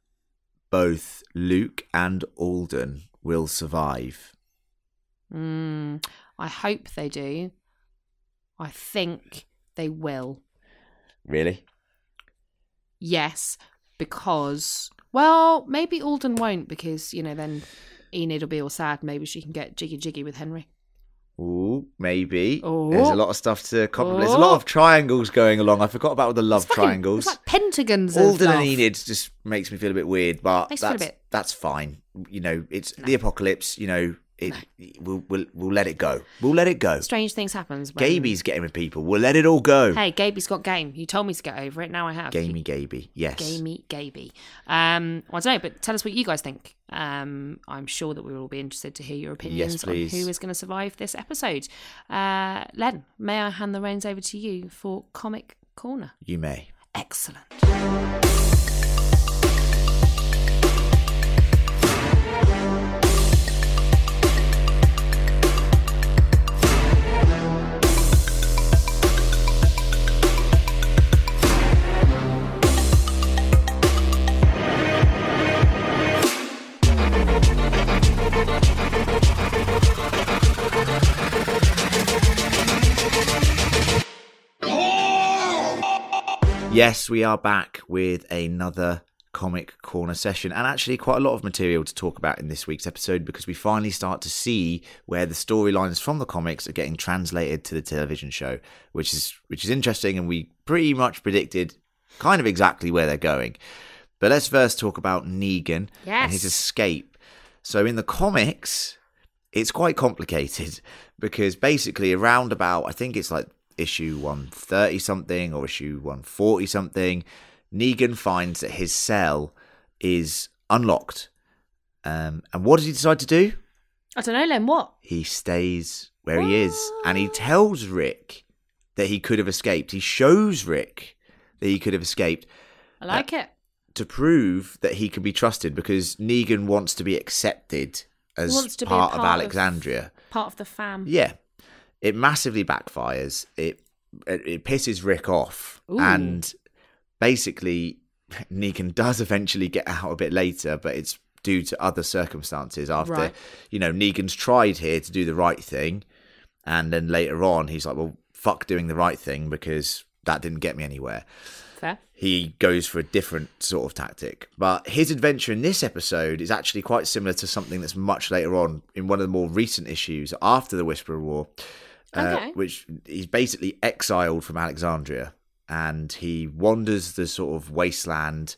S2: both Luke and Alden will survive.
S1: Mm, I hope they do. I think they will.
S2: Really?
S1: Yes, because well, maybe Alden won't because you know then Enid will be all sad. Maybe she can get jiggy jiggy with Henry.
S2: Ooh, maybe.
S1: Oh.
S2: There's a lot of stuff to compliment. There's a lot of triangles going along. I forgot about all the love
S1: It's fucking-
S2: triangles.
S1: it's like pentagons. of
S2: Alden
S1: love.
S2: and Enid just makes me feel a bit weird, but
S1: Makes
S2: that's
S1: you feel a bit-
S2: that's fine. You know, it's the apocalypse. You know, it we'll, we'll we'll let it go. We'll let it go.
S1: Strange things happens. when-
S2: Gaby's getting with people. We'll let it all go.
S1: Hey, Gaby's got game. You told me to get over it. Now I have.
S2: Gamey Gaby, yes.
S1: Gamey Gaby. Um, well, I don't know, but tell us what you guys think. Um, I'm sure that we will all be interested to hear your opinions on
S2: please.
S1: who is going to survive this episode. Uh, Len, may I hand the reins over to you for Comic Corner?
S2: You may.
S1: Excellent.
S2: Yes, we are back with another comic corner session, and actually quite a lot of material to talk about in this week's episode because we finally start to see where the storylines from the comics are getting translated to the television show, which is which is interesting, and we pretty much predicted kind of exactly where they're going. But let's first talk about Negan and
S1: Yes.
S2: his escape. So in the comics, it's quite complicated because basically around about I think it's like issue 130 something or issue 140 something Negan finds that his cell is unlocked um, and what does he decide to do
S1: I don't know, Len. What?
S2: he stays where he is and
S1: Ah.
S2: he tells Rick that he could have escaped he shows Rick that he could have escaped
S1: I like it.
S2: to prove that he can be trusted because Negan wants to be accepted as
S1: Wants to be a
S2: part, of
S1: part of-
S2: Alexandria
S1: Part of the fam.
S2: yeah, it massively backfires. It it, it pisses Rick off,
S1: Ooh.
S2: and basically, Negan does eventually get out a bit later, but it's due to other circumstances. After
S1: Right.
S2: you know, Negan's tried here to do the right thing, and then later on, he's like, "Well, fuck doing the right thing because that didn't get me anywhere."
S1: Fair.
S2: he goes for a different sort of tactic. But his adventure in this episode is actually quite similar to something that's much later on in one of the more recent issues after the Whisperer War, uh,
S1: Okay.
S2: which he's basically exiled from Alexandria and he wanders the sort of wasteland.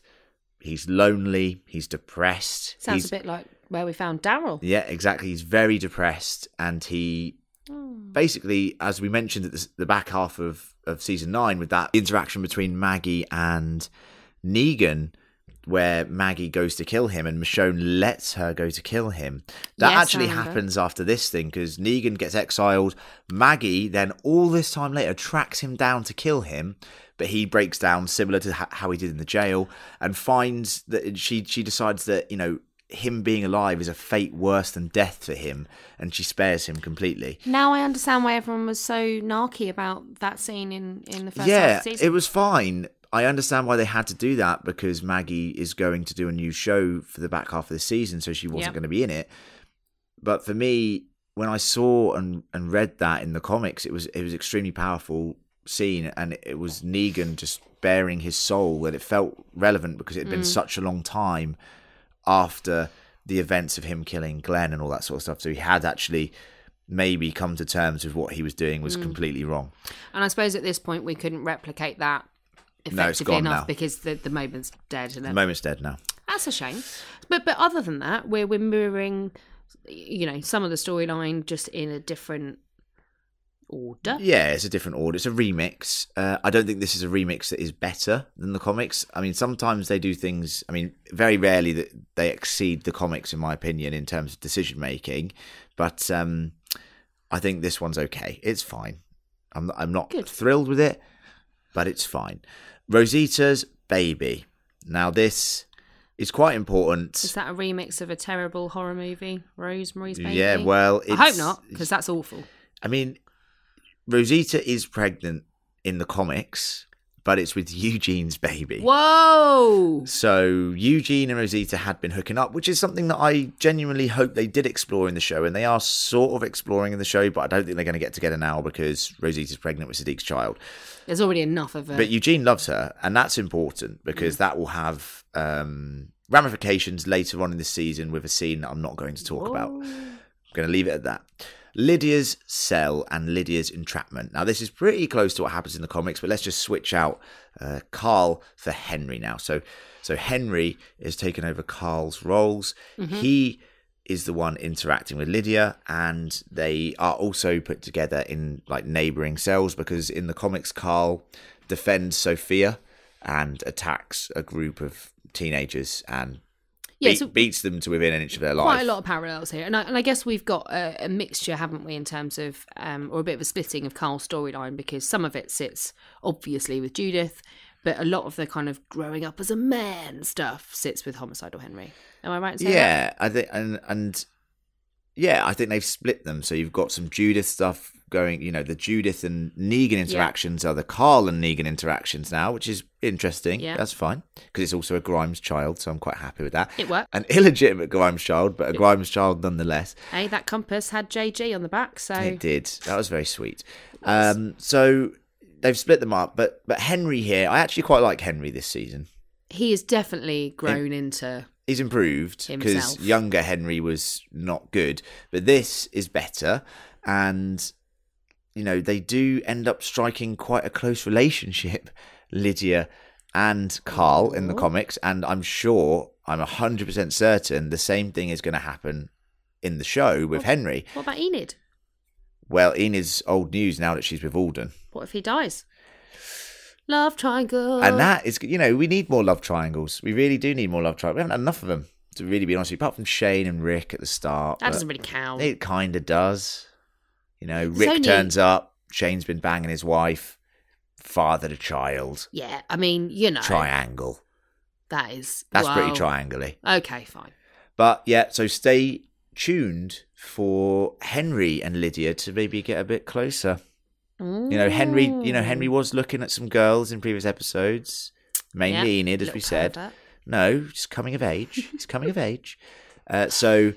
S2: He's lonely, he's depressed.
S1: Sounds
S2: he's-
S1: a bit like where we found Daryl.
S2: Yeah, exactly. He's very depressed and he
S1: Hmm.
S2: basically, as we mentioned at the, the back half of, of season nine, with that interaction between Maggie and Negan, where Maggie goes to kill him and Michonne lets her go to kill him. That
S1: Yes, I
S2: actually
S1: remember.
S2: happens after this thing because Negan gets exiled. Maggie then, all this time later, tracks him down to kill him. But he breaks down, similar to ho- how he did in the jail, and finds that she she decides that you know him being alive is a fate worse than death for him, and she spares him completely.
S1: Now I understand why everyone was so narky about that scene in, in the first half
S2: yeah,
S1: of the season.
S2: it was fine. I understand why they had to do that because Maggie is going to do a new show for the back half of the season, so she
S1: Yeah.
S2: wasn't going to be in it. But for me, when I saw and, and read that in the comics, it was it was extremely powerful scene, and it was Negan just bearing his soul, and it felt relevant because it had been such a long time after the events of him killing Glenn and all that sort of stuff. So he had actually maybe come to terms with what he was doing was completely wrong.
S1: And I suppose at this point we couldn't replicate that effectively
S2: No, it's gone
S1: enough
S2: now.
S1: because the, the moment's dead. And
S2: The
S1: it-
S2: moment's dead now.
S1: That's a shame. But but other than that, we're we're mirroring, you know, some of the storyline just in a different order.
S2: Yeah, it's a different order. It's a remix. Uh, I don't think this is a remix that is better than the comics. I mean, sometimes they do things. I mean, very rarely that they exceed the comics, in my opinion, in terms of decision making. But um, I think this one's okay. It's fine. I'm I'm not
S1: Good.
S2: thrilled with it, but it's fine. Rosita's baby. Now this is quite important.
S1: Is that a remix of a terrible horror movie, Rosemary's Baby?
S2: Yeah, well,
S1: I hope
S2: it's,
S1: not, because that's awful.
S2: I mean, Rosita is pregnant in the comics, but it's with Eugene's baby.
S1: Whoa!
S2: So Eugene and Rosita had been hooking up, which is something that I genuinely hope they did explore in the show, and they are sort of exploring in the show, but I don't think they're going to get together now because Rosita's pregnant with Sadiq's child.
S1: There's already enough of it.
S2: But Eugene loves her, and that's important because that will have um, ramifications later on in the season with a scene that I'm not going to talk about. I'm going to leave it at that. Lydia's cell and Lydia's entrapment. Now, this is pretty close to what happens in the comics, but let's just switch out uh, Carl for Henry now. So, so Henry is taking over Carl's roles.
S1: Mm-hmm.
S2: He is the one interacting with Lydia, and they are also put together in like neighboring cells because in the comics, Carl defends Sophia and attacks a group of teenagers and
S1: yeah,
S2: beat-
S1: so
S2: beats them to within an inch of their life.
S1: quite a lot of parallels here, and I, and I guess we've got a, a mixture, haven't we, in terms of um, or a bit of a splitting of Carl's storyline because some of it sits obviously with Judith, but a lot of the kind of growing up as a man stuff sits with homicidal Henry. Am I right? In saying that?
S2: yeah, I think and and yeah, I think they've split them. So you've got some Judith stuff going. You know, the Judith and Negan interactions are the Carl and Negan interactions now, which is interesting.
S1: Yeah.
S2: that's fine because it's also a Grimes child, so I'm quite happy with that.
S1: It worked.
S2: An illegitimate Grimes child, but a Grimes child nonetheless.
S1: Hey, that Oh. compass had JG on the back, so
S2: It did. That was very sweet. Um, so they've split them up, but but Henry here, I actually quite like Henry this season.
S1: He has definitely grown into.
S2: He's improved because
S1: Himself.
S2: younger Henry was not good, but this is better, and you know they do end up striking quite a close relationship, Lydia and Carl in the
S1: Aw.
S2: comics, and I'm sure I'm hundred percent certain the same thing is going to happen in the show
S1: Oh.
S2: with Henry.
S1: What about Enid?
S2: Well, Enid's old news now that she's with Alden.
S1: What if he dies? Love triangle.
S2: And that is, you know, we need more love triangles. We really do need more love triangles. We haven't had enough of them, to really be honest with you, apart from Shane and Rick at the start.
S1: That
S2: but
S1: doesn't really count.
S2: It kind of does. You know, Rick
S1: only-
S2: turns up, Shane's been banging his wife, fathered a child,
S1: yeah, I mean, you know,
S2: triangle.
S1: that is
S2: That's pretty
S1: wow.
S2: triangly.
S1: Okay, fine.
S2: But yeah, so stay tuned for Henry and Lydia to maybe get a bit closer. You know, Henry, you know, Henry was looking at some girls in previous episodes, mainly
S1: Yeah,
S2: Enid, as we
S1: little
S2: said.
S1: pervert.
S2: No, he's coming of age. He's coming of age. Uh, so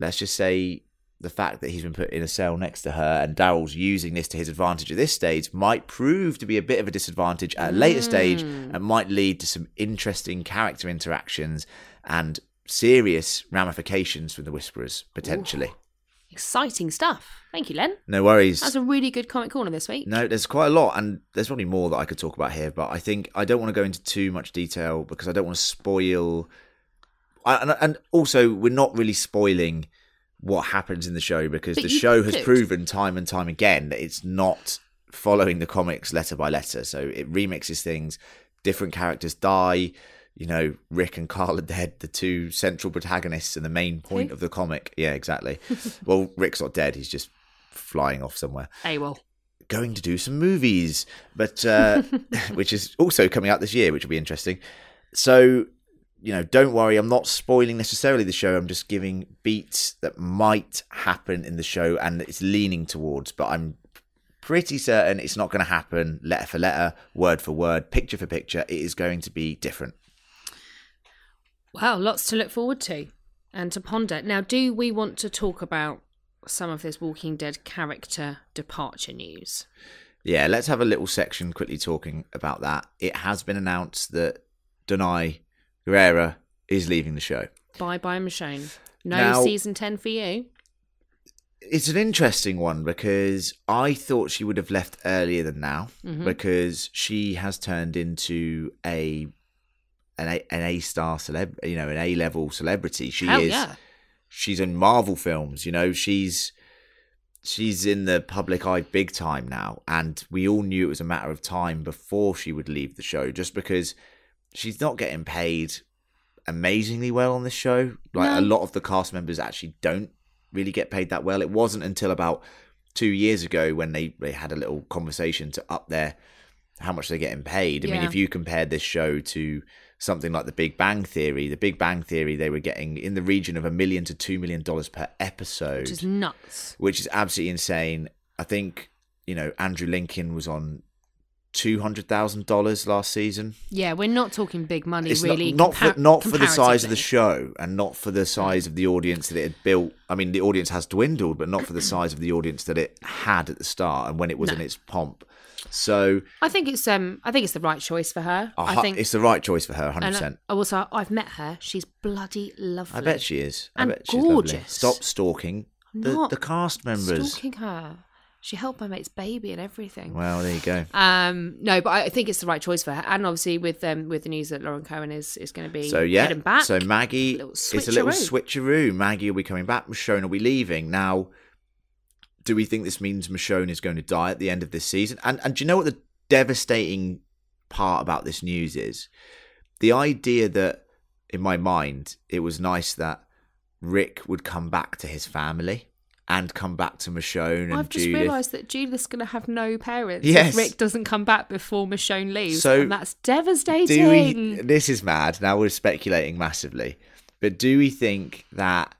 S2: let's just say the fact that he's been put in a cell next to her and Daryl's using this to his advantage at this stage might prove to be a bit of a disadvantage at a later stage and might lead to some interesting character interactions and serious ramifications from the Whisperers, potentially.
S1: Exciting stuff. Thank you, Len.
S2: No worries.
S1: That's a really good comic corner this week.
S2: No, there's quite a lot, and there's probably more that I could talk about here, but I think I don't want to go into too much detail because I don't want to spoil. I, and, and also, we're not really spoiling what happens in the show because
S1: But
S2: the
S1: you
S2: show has
S1: could.
S2: proven time and time again that it's not following the comics letter by letter. So it remixes things, different characters die. You know, Rick and Carl are dead, the two central protagonists and the main point
S1: Who?
S2: of the comic. Yeah, exactly. well, Rick's not dead, he's just flying off somewhere
S1: AWOL.
S2: going to do some movies, but uh, which is also coming out this year, which will be interesting. So, you know, don't worry, I'm not spoiling necessarily the show. I'm just giving beats that might happen in the show and that it's leaning towards, but I'm pretty certain it's not going to happen letter for letter, word for word, picture for picture. It is going to be different.
S1: Well, lots to look forward to and to ponder. Now, do we want to talk about some of this Walking Dead character departure news?
S2: Yeah, let's have a little section quickly talking about that. It has been announced that Denai Guerrera is leaving the show.
S1: Bye bye, Michonne. No
S2: Now-
S1: season 10 for you.
S2: it's an interesting one because I thought she would have left earlier than now
S1: Mm-hmm.
S2: because she has turned into a an A, an A star celeb, you know, an A level celebrity. She
S1: Hell
S2: is.
S1: yeah.
S2: She's in Marvel films, you know. She's she's in the public eye big time now, and we all knew it was a matter of time before she would leave the show, just because she's not getting paid amazingly well on this show. Like a
S1: No.
S2: lot of the cast members actually don't really get paid that well. It wasn't until about two years ago when they, they had a little conversation to up their how much they're getting paid. I mean,
S1: Yeah.
S2: if you compare this show to something like The Big Bang Theory, The Big Bang Theory, they were getting in the region of a million to two million dollars per episode,
S1: Which is nuts.
S2: which is absolutely insane. I think you know Andrew Lincoln was on two hundred thousand dollars last season
S1: Yeah, we're not talking big money,
S2: it's
S1: really.
S2: not, not
S1: compar-
S2: for not for the size of
S1: comparatively.
S2: the show and not for the size of the audience that it had built. I mean, the audience has dwindled, but not for the size of the audience that it had at the start and when it was
S1: No.
S2: in its pomp. So
S1: I think it's um, I think it's the right choice for her.
S2: a
S1: I
S2: hu-
S1: think
S2: it's the right choice for her, hundred
S1: and I-
S2: percent.
S1: also I've met her. She's bloody lovely.
S2: I bet she is. I
S1: And
S2: bet she's lovely.
S1: gorgeous.
S2: Stop stalking
S1: I'm
S2: the,
S1: not
S2: the cast members.
S1: stalking her. She helped my mate's baby and everything.
S2: Well, there you go.
S1: Um, no, but I I think it's the right choice for her. And obviously, with um, with the news that Lauren Cohen is is going to be
S2: So yeah,
S1: heading back.
S2: so Maggie,
S1: Little
S2: it's a little switcheroo. Maggie will be coming back. Michonne will be leaving. Now, do we think this means Michonne is going to die at the end of this season? And and do you know what the devastating part about this news is? The idea that in my mind it was nice that Rick would come back to his family and come back to Michonne and
S1: I've just
S2: Judith.
S1: realised that Judith's going to have no parents
S2: Yes.
S1: if Rick doesn't come back before Michonne leaves,
S2: So,
S1: and that's
S2: do
S1: devastating.
S2: we this is mad now we're speculating massively but do we think that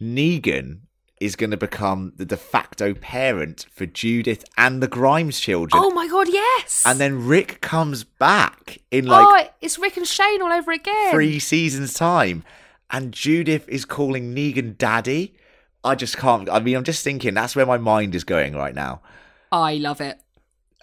S2: negan is going to become the de facto parent for judith and the grimes children
S1: oh my god, yes!
S2: and then rick comes back in like
S1: oh, it's Rick and Shane all over again.
S2: three seasons time and judith is calling negan daddy i just can't i mean i'm just thinking that's where my mind is going right now
S1: I love it.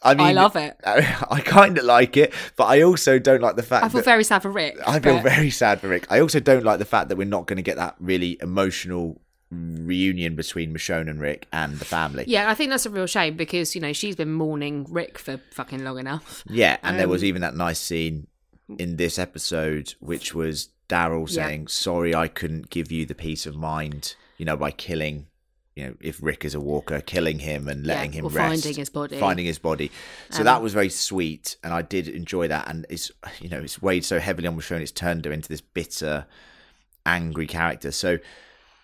S2: I mean,
S1: love it.
S2: I kind of like it, but I also don't like the fact
S1: I feel
S2: that
S1: very sad for Rick.
S2: Uh, I feel
S1: but-
S2: very sad for Rick. I also don't like the fact that we're not going to get that really emotional reunion between Michonne and Rick and the family.
S1: Yeah, I think that's a real shame because you know she's been mourning Rick for fucking long enough.
S2: Yeah, and there
S1: Um,
S2: was even that nice scene in this episode, which was Daryl
S1: Yeah.
S2: saying, "Sorry, I couldn't give you the peace of mind, you know, by killing, you know, if Rick is a walker, killing him and
S1: Yeah,
S2: letting him
S1: or
S2: rest,
S1: finding his body.
S2: finding his body." So
S1: Um,
S2: that was very sweet, and I did enjoy that. And it's, you know, it's weighed so heavily on Michonne, it's turned her into this bitter, angry character. So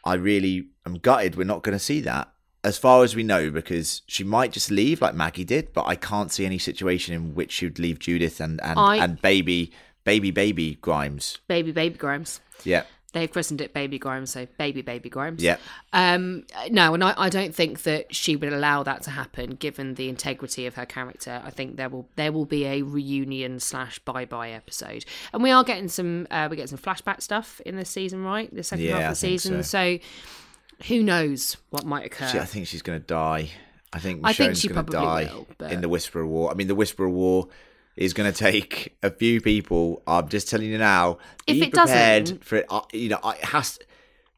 S2: I really am gutted we're not going to see that as far as we know because she might just leave like Maggie did, but I can't see any situation in which she'd leave Judith and and,
S1: I-
S2: and baby baby baby Grimes.
S1: Baby, baby Grimes.
S2: Yeah,
S1: They've christened it Baby Grimes, so baby, baby Grimes.
S2: yeah,
S1: Um, no, and I, I don't think that she would allow that to happen, given the integrity of her character. I think there will there will be a reunion slash bye bye episode, and we are getting some uh, we get some flashback stuff in this season, right? The second
S2: Yeah,
S1: half
S2: I
S1: of the
S2: think
S1: season.
S2: so.
S1: So. who knows what might occur?
S2: She- I think she's going to die. I think Michonne's
S1: Uh, I think she
S2: going to
S1: probably
S2: die
S1: will, but-
S2: in the Whisperer War. I mean, the Whisperer War is going to take a few people. I'm just telling you now.
S1: If
S2: be
S1: it
S2: prepared
S1: doesn't-
S2: for it. I- You know, I- it has.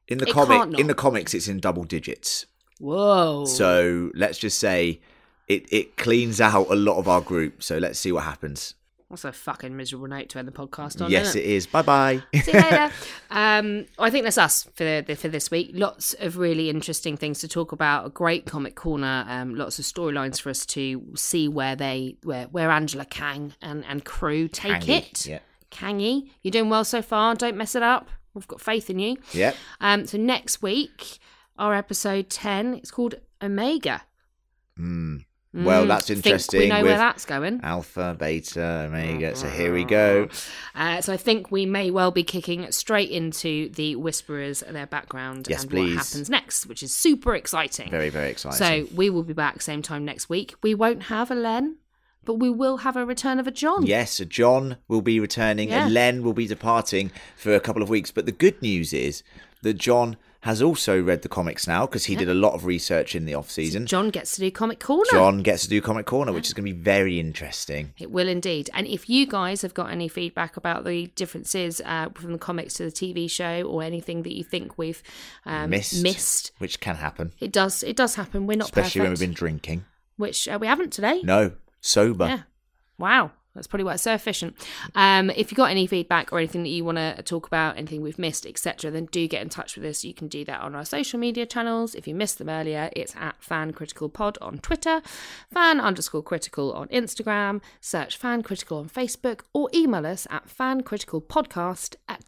S2: In the
S1: It can't
S2: comic,
S1: not.
S2: in the comics, it's in double digits.
S1: Whoa!
S2: So let's just say it, it cleans out a lot of our group. So let's see what happens.
S1: That's a fucking miserable note to end the podcast on.
S2: yes,
S1: isn't
S2: it is. Bye bye.
S1: See you later. um, I think that's us for the, for this week. Lots of really interesting things to talk about. A great comic corner. Um, lots of storylines for us to see where they where where Angela Kang and and crew take it.
S2: Yeah.
S1: Kangy, you're doing well so far. Don't mess it up. We've got faith in you.
S2: Yep.
S1: Um, so next week, our episode ten. It's called Omega.
S2: Mm. Well,
S1: Mm,
S2: that's
S1: think
S2: interesting.
S1: we know
S2: with
S1: where that's going.
S2: Alpha, beta, omega. So here we go.
S1: Uh, so I think we may well be kicking straight into the Whisperers, their background,
S2: Yes,
S1: and
S2: please.
S1: what happens next, which is super exciting.
S2: Very, very
S1: so
S2: exciting.
S1: we will be back same time next week. We won't have a Len, but we will have a return of a John.
S2: Yes, so John will be returning and
S1: Yeah.
S2: Len will be departing for a couple of weeks. But the good news is that John has also read the comics now because he did a lot of research in the off season.
S1: John gets to do Comic Corner.
S2: John gets to do Comic Corner, which is going to be very interesting.
S1: It will indeed. And if you guys have got any feedback about the differences uh, from the comics to the TV show or anything that you think we've um,
S2: missed,
S1: missed,
S2: which can happen,
S1: it does it does happen. We're not
S2: especially when
S1: perfect,
S2: we've been drinking.
S1: which uh, we haven't today.
S2: No, sober.
S1: Yeah. Wow. That's probably why it's so efficient. Um, if you've got any feedback or anything that you want to talk about, anything we've missed, etc., then do get in touch with us. You can do that on our social media channels. If you missed them earlier, it's at Fan Critical Pod on Twitter, Fan underscore Critical on Instagram, search Fan Critical on Facebook, or email us at fancriticalpodcast at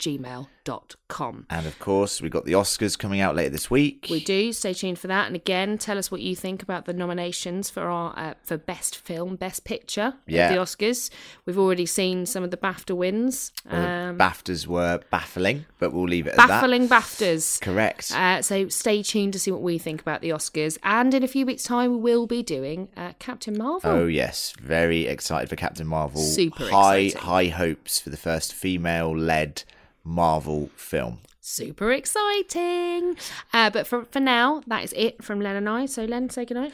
S1: gmail.com.
S2: And of course, we've got the Oscars coming out later this week.
S1: We do. Stay tuned for that. And again, tell us what you think about the nominations for our uh, for best film, best picture
S2: Yeah.
S1: at the Oscars. We've already seen some of the BAFTA wins.
S2: Well, the
S1: Um,
S2: Uh, BAFTAs were baffling, but we'll leave it
S1: baffling
S2: at
S1: BAFTAs.
S2: that. Correct.
S1: Uh, so stay tuned to see what we think about the Oscars. And in a few weeks' time, we will be doing uh, Captain Marvel.
S2: Oh yes, very excited for Captain Marvel.
S1: Super
S2: high
S1: exciting.
S2: high hopes for the first female-led Marvel film.
S1: Super exciting. Uh, but for, for now, that is it from Len and I. So, Len, say goodnight.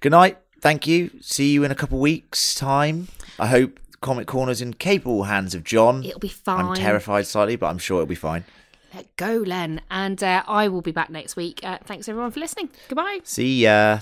S2: Good night. Thank you. See you in a couple weeks' time. I hope Comic Corner's in capable hands of John.
S1: It'll be fine.
S2: I'm terrified slightly, but I'm sure it'll be fine.
S1: Let go, Len. And uh, I will be back next week. Uh, thanks, everyone, for listening. Goodbye.
S2: See ya.